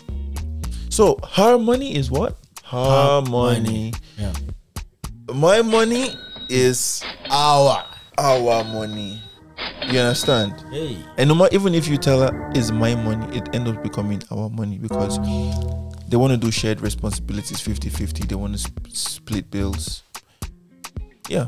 D: so her money is what harmony
B: Yeah.
D: my money is
B: Our.
D: our money you understand
B: Hey.
D: and no matter even if you tell her it's my money it ends up becoming our money because they want to do shared responsibilities 50-50 they want to sp- split bills yeah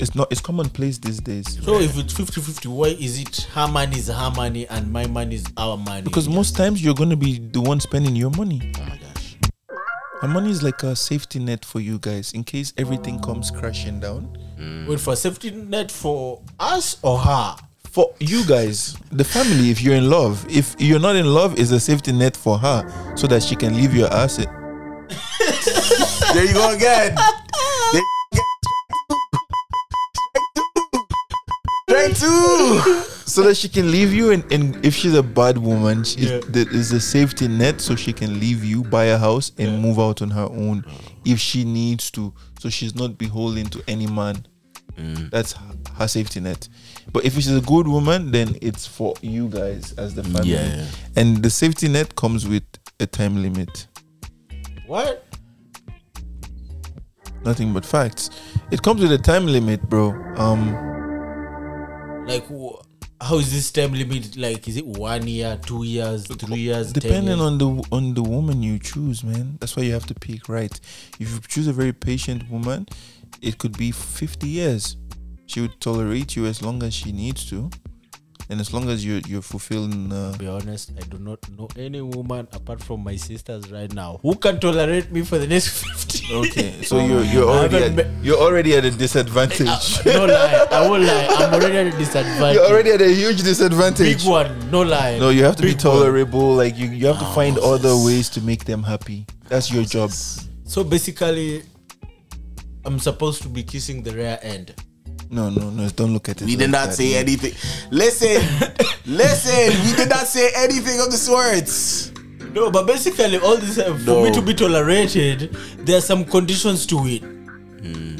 D: it's not it's commonplace these days
B: So if it's 50-50, why is it her money is her money and my money is our money?
D: because most times you're going to be the one spending your money
C: Oh my gosh.
D: Our money is like a safety net for you guys in case everything comes crashing down.
B: wait for safety net for us or her?
D: For you guys, the family, if you're in love, if you're not in love, is a safety net for her so that she can leave your ass.
C: There you go again. Strike two.
D: so that she can leave you and, and if she's a bad woman she
B: Yeah.
D: there is a safety net so she can leave you buy a house and
B: Yeah.
D: move out on her own if she needs to so she's not beholden to any man that's her, her safety net but if she's a good woman then it's for you guys as the family
C: Yeah, yeah.
D: and the safety net comes with a time limit
B: What?
D: nothing but facts it comes with a time limit bro um
B: Like, wh- how is this time limit? Like, is it one year, two years, three years?
D: depending on the on the woman you choose man that's why you have to pick right if you choose a very patient woman it could be 50 years she would tolerate you as long as she needs to and as long as you're you're fulfilling uh,
B: Be honest, I do not know any woman apart from my sisters right now who can tolerate me for the next fifty.
D: okay eh, so you're you're already at, you're already at a disadvantage
B: Ah, no lie, I won't lie. I'm already at a disadvantage.
D: you're already at a huge
B: big
D: disadvantage
B: one. No lie.
D: no you have to be
B: Big one.
D: tolerable like you, you have to find other ways to make them happy that's your job
B: So basically, I'm supposed to be kissing the rear end.
D: no no no don't look at it
C: We
D: like
C: did not
D: that,
C: say
D: man.
C: anything. Listen, listen. We did not say anything of the sorts.
B: No, but basically, all this uh, for
C: No.
B: me to be tolerated, there are some conditions to it.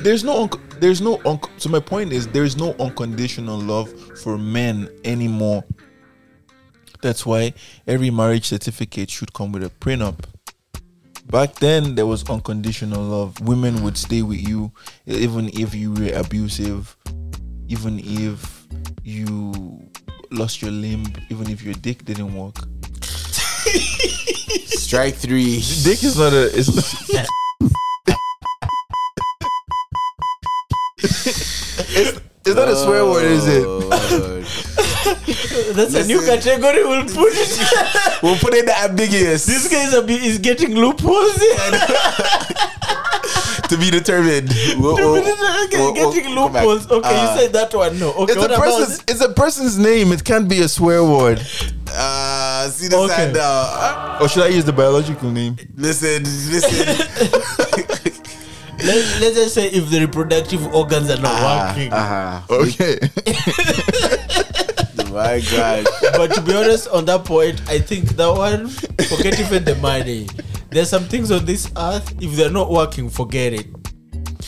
D: there's no unc there's no unc so my point is there's no unconditional love for men anymore that's why every marriage certificate should come with a prenup back then there was unconditional love women would stay with you even if you were abusive even if you lost your limb even if your dick didn't work
C: Strike three.
D: dick is not a it's not it's, it's not a swear word is it
C: Oh, Lord.
B: That's a new
C: Listen.
B: category. We'll put it.
C: We'll put in the ambiguous
B: this guy is, a, bit- is getting loopholes here.
C: to be determined. We'll- we'll- we'll- we'll
B: getting
C: Oh, come back.
B: loopholes. Okay,
C: Uh,
B: you said that one. No. Okay,
D: it's a
B: what about
D: person's it's a person's name it can't be a swear word
C: Uh, see the
B: Okay.
C: side now. Uh,
D: or should I use the biological name
C: listen, listen.
B: Let, let's just say if the reproductive organs are not working.
C: uh-huh.
D: okay
C: My God.
B: but to be honest, on that point, I think that one, forget even the money. There's some things on this earth, if they're not working, forget it.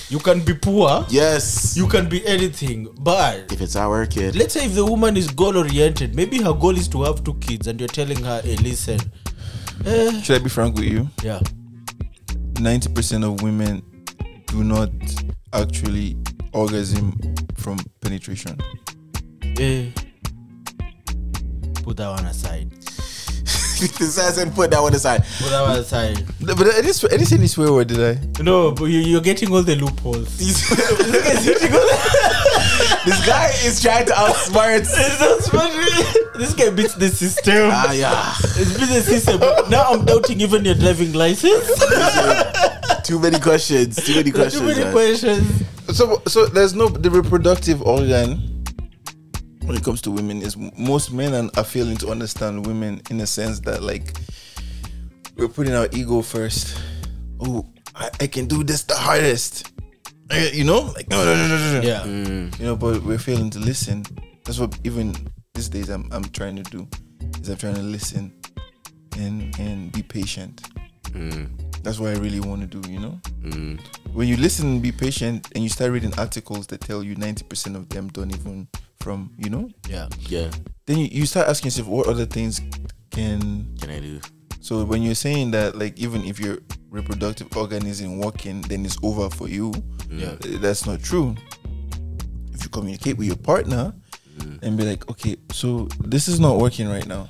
B: You can be poor,
C: Yes.
B: you can be anything, but
C: If it's not working,
B: let's say if the woman is goal oriented, maybe her goal is to have two kids, and you're telling her, hey, listen, eh,
D: should I be frank with you
B: yeah,
D: 90% of women do not actually orgasm from penetration
B: eh, put that one aside.
C: this I said put that one aside.
B: Put that one aside.
D: but I didn't, swear- I didn't say any swear word did I
B: No, but you, you're getting all the loopholes.
C: He's- this guy is trying to outsmart.
B: It's not smart. this guy beats the system.
C: Ah, yeah.
B: It's business system. now I'm doubting even your driving license.
C: Too many questions. Too many questions.
B: Too many
C: man.
B: questions.
D: so so there's no the reproductive organ when it comes to women is m- most men and are failing to understand women in the sense that like we're putting our ego first oh I, I can do this the hardest Eh, you know like no no no no
C: Mm.
D: no, no.
B: Yeah.
D: you know but we're failing to listen that's what even these days I'm, I'm trying to do is I'm trying to listen and and be patient that's what I really want to do you know when you listen and be patient and you start reading articles that tell you 90% of them don't even from you know
B: Yeah.
C: Yeah.
D: then you, you start asking yourself what other things can
C: Can I do?
D: so when you're saying that like even if your reproductive organ isn't working then it's over for you
B: Yeah.
D: uh, that's not true if you communicate with your partner and be like okay so this is not working right now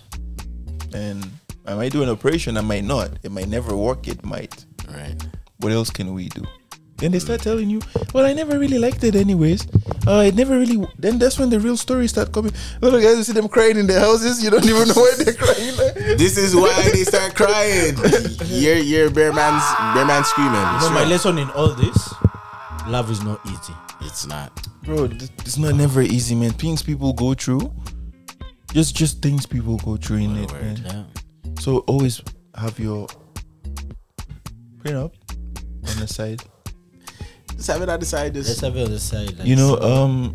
D: and i might do an operation i might not it might never work it might
C: All right.
D: what else can we do? Then they start telling you, well, I never really liked it anyways. Uh, it never really. Then that's when the real stories start coming. A lot of guys, you see them crying in their houses. You don't even know why they're crying.
C: This is why they start crying. You're, you're bear man's bear man screaming.
B: You know, my lesson in all this love is not easy.
C: it's not.
D: Bro, th- it's not never easy, man. Things people go through. Just, just things people go through in it, man.
B: Yeah.
D: So always have your prenup on the side.
C: Just have it on the side. Just
B: Let's have it on the side. Like,
D: you know um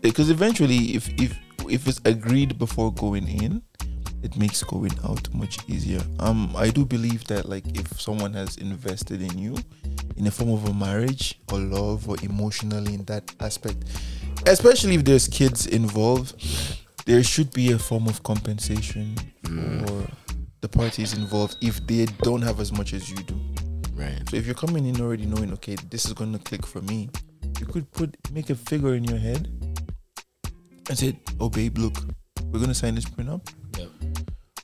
D: because eventually if if if it's agreed before going in, it makes going out much easier. Um, I do believe that like if someone has invested in you, in the form of a marriage or love or emotionally in that aspect, especially if there's kids involved, there should be a form of compensation for the parties involved if they don't have as much as you do.
C: Right.
D: So if you're coming in already knowing, okay, this is gonna click for me, you could put make a figure in your head and say, "Oh, babe, look, we're gonna sign this prenup."
B: Yep.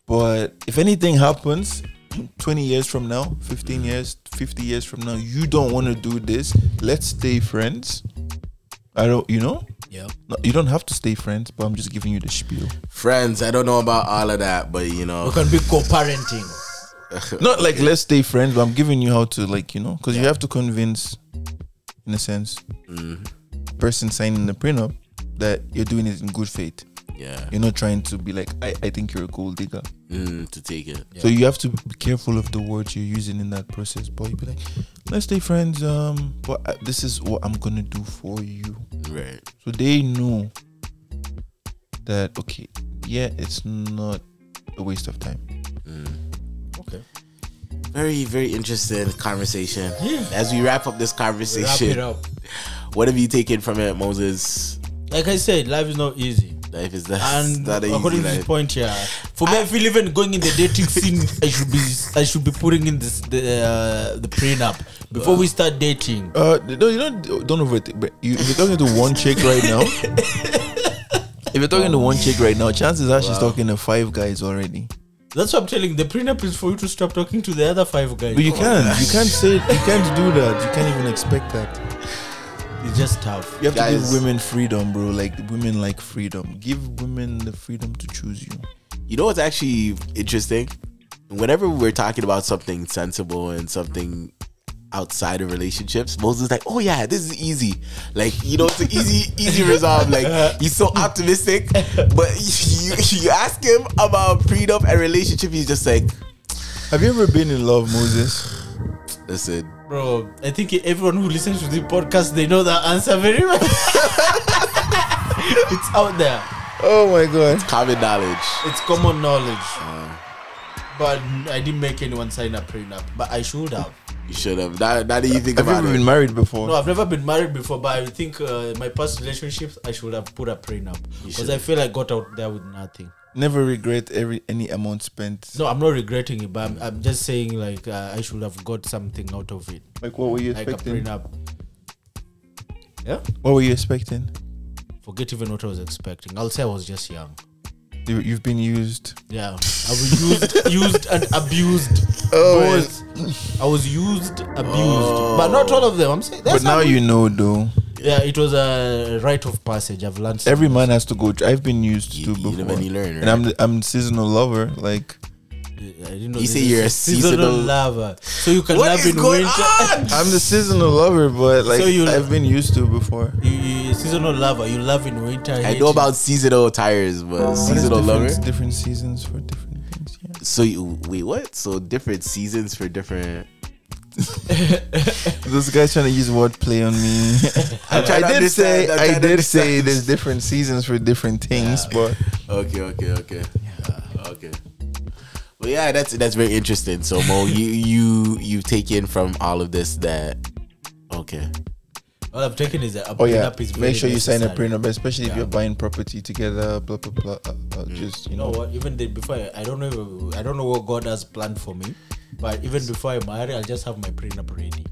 D: But if anything happens, 20 years from now, 15 years, 50 years from now, you don't want to do this. Let's stay friends. I don't, you know,
B: Yeah.
D: No, you don't have to stay friends, but I'm just giving you the spiel.
C: Friends, I don't know about all of that, but you
B: We
C: know,
B: can be co-parenting.
D: Not like let's stay friends, but I'm giving you how to like you know, because you have to convince, in a sense, the person signing the prenup that you're doing it in good faith.
C: yeah,
D: You're not trying to be like, I, I think you're a gold digger.
C: mm, to take it.
D: So you have to be careful of the words you're using in that process. But you be like, let's stay friends. Um, but I, this is what I'm gonna do for you.
C: Right.
D: So they know that okay, yeah, it's not a waste of time.
B: Okay.
C: Very, very interesting conversation.
B: Yeah.
C: As we wrap up this
B: Wrap it
C: conversation,
B: up.
C: what have you taken from it, Moses?
B: Like I said, life is not easy.
C: Life is that,
B: And
C: that an easy
B: according to this
C: life.
B: point here, for me, I feel even going in the dating scene, I should be I should be putting in this the uh, the prenup before we start dating.
D: Uh, no, you don't don't overthink. But you, if you're talking to one chick right now, if you're talking to one chick right now, chances are she's talking to five guys already.
B: That's what I'm telling. The prenup is for you to stop talking to the other five guys.
D: But you can't, you can't say, you can't do that. You can't even expect that.
B: It's just tough.
D: You have
C: Guys.
D: to give women freedom, bro. Like women like freedom. Give women the freedom to choose you.
C: You know what's actually interesting? Whenever we're talking about something sensible and something outside of relationships, Moses is like, "Oh yeah, this is easy." Like you know, it's an easy, easy resolve. Like he's so optimistic, but you you ask him about prenup and relationship, he's just like,
D: Have you ever been in love, Moses?
C: "Listen,
B: Bro, I think everyone who listens to the podcast they know the answer very well. it's out there.
D: Oh my god.
C: common knowledge."
B: It's common knowledge.
C: Uh.
B: but I didn't make anyone sign a prenup, but I should have.
C: You should have. Now, now that you think
D: Have you
C: about
D: ever
C: it,
D: been married before?
B: No, I've never been married before, but I think uh, my past relationships I should have put a prenup because I feel I got out there with nothing.
D: Never regret every any amount spent.
B: No, I'm not regretting it, but I'm, I'm just saying like uh, I should have got something out of it,
D: Like what were you
B: like a
D: expecting?
B: prenup. Yeah,
D: What were you expecting?
B: forget even what I was expecting. I'll say I was just young.
D: You, you've been used.
B: Yeah, I was used, used and abused.
D: Oh,
B: Both. I was used, abused, but not all of them. I'm saying,
D: But
B: that's
D: now
B: how-
D: you know though.
B: yeah, it was a rite of passage. I've learned
D: Every man has to go. through- I've been used to
C: You- you
D: before.
C: live and you learn,
D: And I'm I'm seasonal lover. Like
B: I didn't know
C: You
B: this
C: say
B: is
C: you're a seasonal-
B: lover, so you can
C: what
B: love
C: is
B: in
C: going
B: winter.
C: on?
D: I'm the seasonal lover, but like
B: So you-
D: I've been used to before.
B: You, you- seasonal lover, you love in winter.
C: I
B: hate
C: know
B: in-
C: about seasonal tires, but seasonal
D: Different-
C: lover.
D: Different seasons for different things. Yeah.
C: So you wait, what? So different seasons for different.
D: Those guys trying to use wordplay on me.
C: I'm trying to
D: I did say
C: understand, I'm
D: I
C: trying to
D: did say
C: understand.
D: there's different seasons for different things, but oh
C: Okay, okay, okay, Uh, okay. Well, yeah, that's that's very interesting. So Mo, you you you've taken from all of this that okay,
B: All I've taken is that a
D: oh yeah,
B: prenup is very
D: make sure you sign a
B: necessary.
D: prenup, especially if you're buying property together. Blah blah blah. Uh, uh,
C: Mm.
D: Just you
B: You know
D: know,
B: what? Even the, before I, I don't know, if- I don't know what God has planned for me, but even before I marry, I'll just have my prenup ready.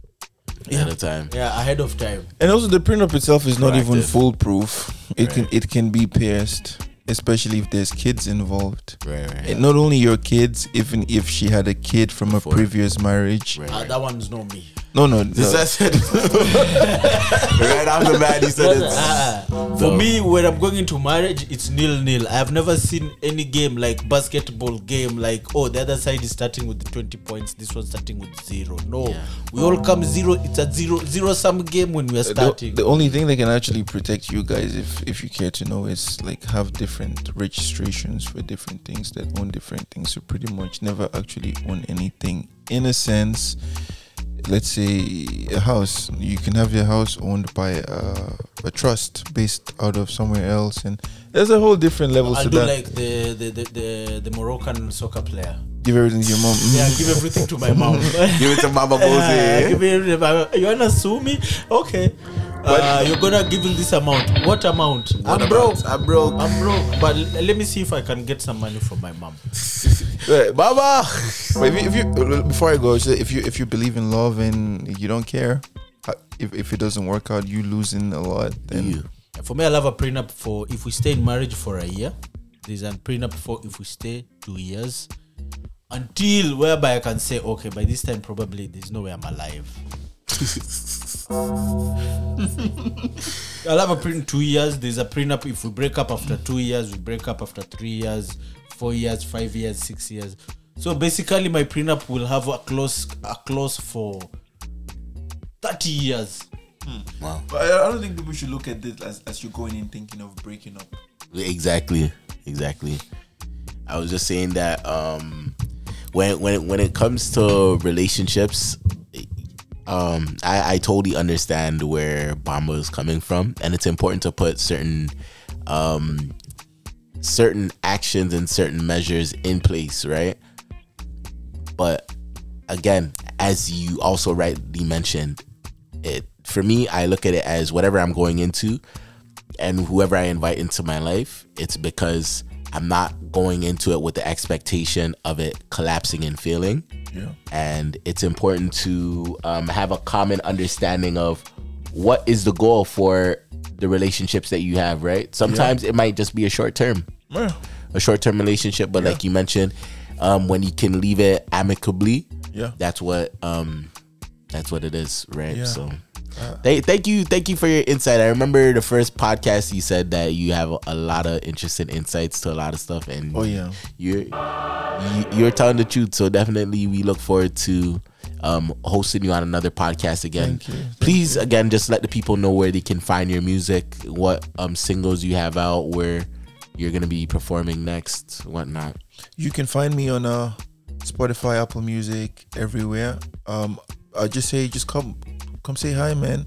C: at a time.
B: Yeah, ahead of time.
D: And also, the prenup itself is not even
C: Proactive.
D: foolproof. It can it can be pierced, especially if there's kids involved.
C: Right, right,
D: And not only your kids, even if she had a kid from a
C: Before.
D: previous marriage.
C: right.
B: Ah,
C: right.
B: that one's not me.
D: No, no, no.
C: This I said right off the bat, he said it's
B: Ah, for me, when I'm going into marriage, it's nil nil. I have never seen any game like basketball game like oh the other side is starting with 20 points, this one's starting with zero. No, we all come zero. It's a zero zero sum game when we are
D: the,
B: starting.
D: the only thing that can actually protect you guys, if if you care to know, is like have different registrations for different things that own different things. So pretty much never actually own anything. In a sense, let's say a house you can have your house owned by uh, a trust based out of somewhere else and there's a whole different level
B: I'll
D: to
B: do
D: that
B: like the the, the the the Moroccan soccer player.
D: give everything to your mom
B: Yeah, give everything to my mom.
C: Give it to Mama
B: Yeah,
C: Gozi.
B: give everything. Uh, You wanna sue me? Okay. Uh, you're gonna give me this amount. What amount?
C: Ah.
B: I'm broke.
C: I'm broke.
B: I'm broke. But l- let me see if I can get some money from my mom.
D: Mm-hmm. Right, Baba. Wait, if you, if you- before I go, so if you if you believe in love and you don't care, uh, if, if it doesn't work out, you losing a lot. Then
B: For me, I love a prenup for if we stay in marriage for a year. There's a prenup for if we stay two years. Until whereby I can say, okay, by this time probably there's no way I'm alive. I love a prenup two years. There's a prenup if we break up after two years, we break up after three years, four years, five years, six years. So basically, my prenup will have a clause a clause for thirty years.
C: Wow.
D: But I don't think people should look at this as, as you're going in thinking of breaking up.
C: Exactly. Exactly. I was just saying that um when when when it comes to relationships um I, I totally understand where Bamba is coming from and it's important to put certain um certain actions and certain measures in place, right? But again, as you also rightly mentioned, it for me I look at it as whatever I'm going into, and whoever I invite into my life, it's because I'm not going into it with the expectation of it collapsing and failing.
D: Yeah.
C: And it's important to um, have a common understanding of what is the goal for the relationships that you have, right? Sometimes it might just be a short term,
D: Yeah.
C: a short term relationship, but like you mentioned, um, when you can leave it amicably,
D: Yeah.
C: that's what um that's what it is right
D: Yeah. Uh,
C: so thank, thank you thank you for your insight i remember the first podcast you said that you have a lot of interesting insights to a lot of stuff and
D: Oh yeah.
C: you're you, you're telling the truth so definitely we look forward to um hosting you on another podcast again
D: Thank you. Thank
C: please again just let the people know where they can find your music what um singles you have out where you're gonna be performing next whatnot
D: You can find me on uh, Spotify, Apple Music, everywhere. Um, I just say, just come, come say hi, man.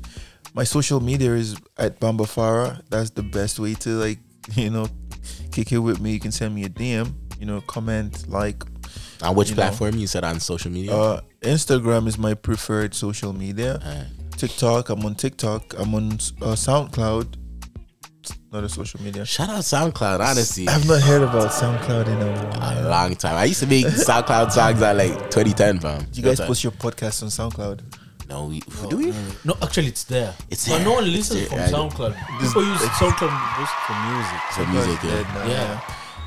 D: My social media is at Bamba Farah. That's the best way to like, you know, kick it with me. You can send me a DM. You know, comment, like.
C: on which
D: You know.
C: platform you said on social media
D: Uh, Instagram is my preferred social media.
C: Alright.
D: TikTok, I'm on TikTok. I'm on uh, SoundCloud. It's Not a social media.
C: Shout out SoundCloud, honestly.
D: I've not heard about SoundCloud in a while.
C: A long time. I used to make SoundCloud songs at like 2010, fam.
D: Do you guys post your podcast on SoundCloud?
C: No, we, do we?
B: No, actually, it's there.
C: It's
B: but
C: there.
B: no one
C: It's
B: listens
C: there.
B: from
C: I-
B: SoundCloud. People use SoundCloud just for music.
C: For music,
D: Dead
C: yeah.
D: now,
B: Yeah.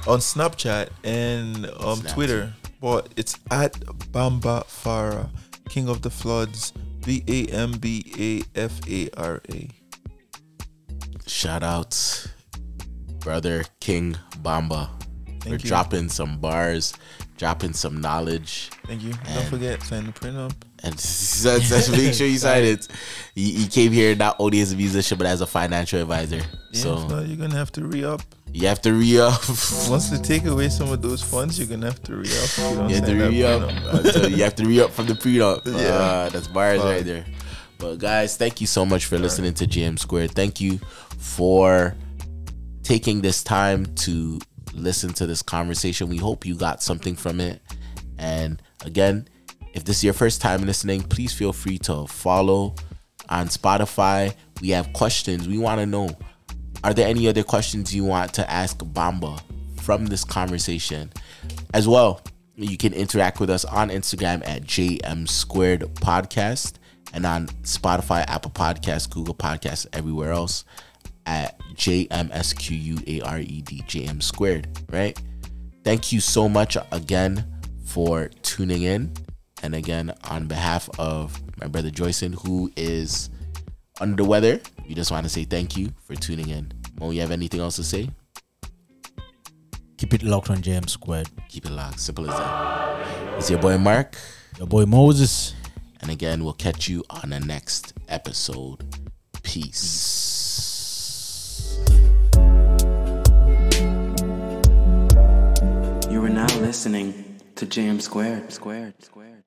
D: On Snapchat and um,
C: Snapchat.
D: Twitter, but it's at Bamba Farah, King of the Floods, B A M B A F A R A.
C: Shout out, brother King Bamba. We're
D: Thank you.
C: dropping some bars, dropping some knowledge,
D: Thank you. Don't forget sign the prenup.
C: and so, so make sure you sign it. He, he came here not only as a musician, but as a financial advisor.
D: Yeah, if
C: So
D: not, you're gonna have to re up.
C: you have to re up.
D: Once they take away some of those funds, you're gonna have to re up. You don't
C: You have to
D: sign that
C: re up.
D: prenup.
C: You have to re up from the prenup. Yeah.
D: Yeah.
C: that's bars
D: Fuck.
C: right there. But guys, thank you so much for listening to GM Squared. Thank you for taking this time to listen to this conversation. We hope you got something from it. And again, if this is your first time listening, please feel free to follow on Spotify. We have questions. We want to know are there any other questions you want to ask Bamba from this conversation? As well, you can interact with us on Instagram at JM Squared Podcast and on Spotify, Apple Podcasts, Google Podcasts, everywhere else at JMSQUARED, JM Squared, right? Thank you so much again for tuning in. And again, on behalf of my brother Joyson, who is under the weather, we just want to say thank you for tuning in. Mo, you have anything else to say?
B: Keep it locked on JM Squared.
C: Keep it locked. Simple as that. It's your boy Mark.
B: Your boy Moses.
C: And again, we'll catch you on the next episode. Peace.
A: You are now listening to Jam Squared. Squared. Squared.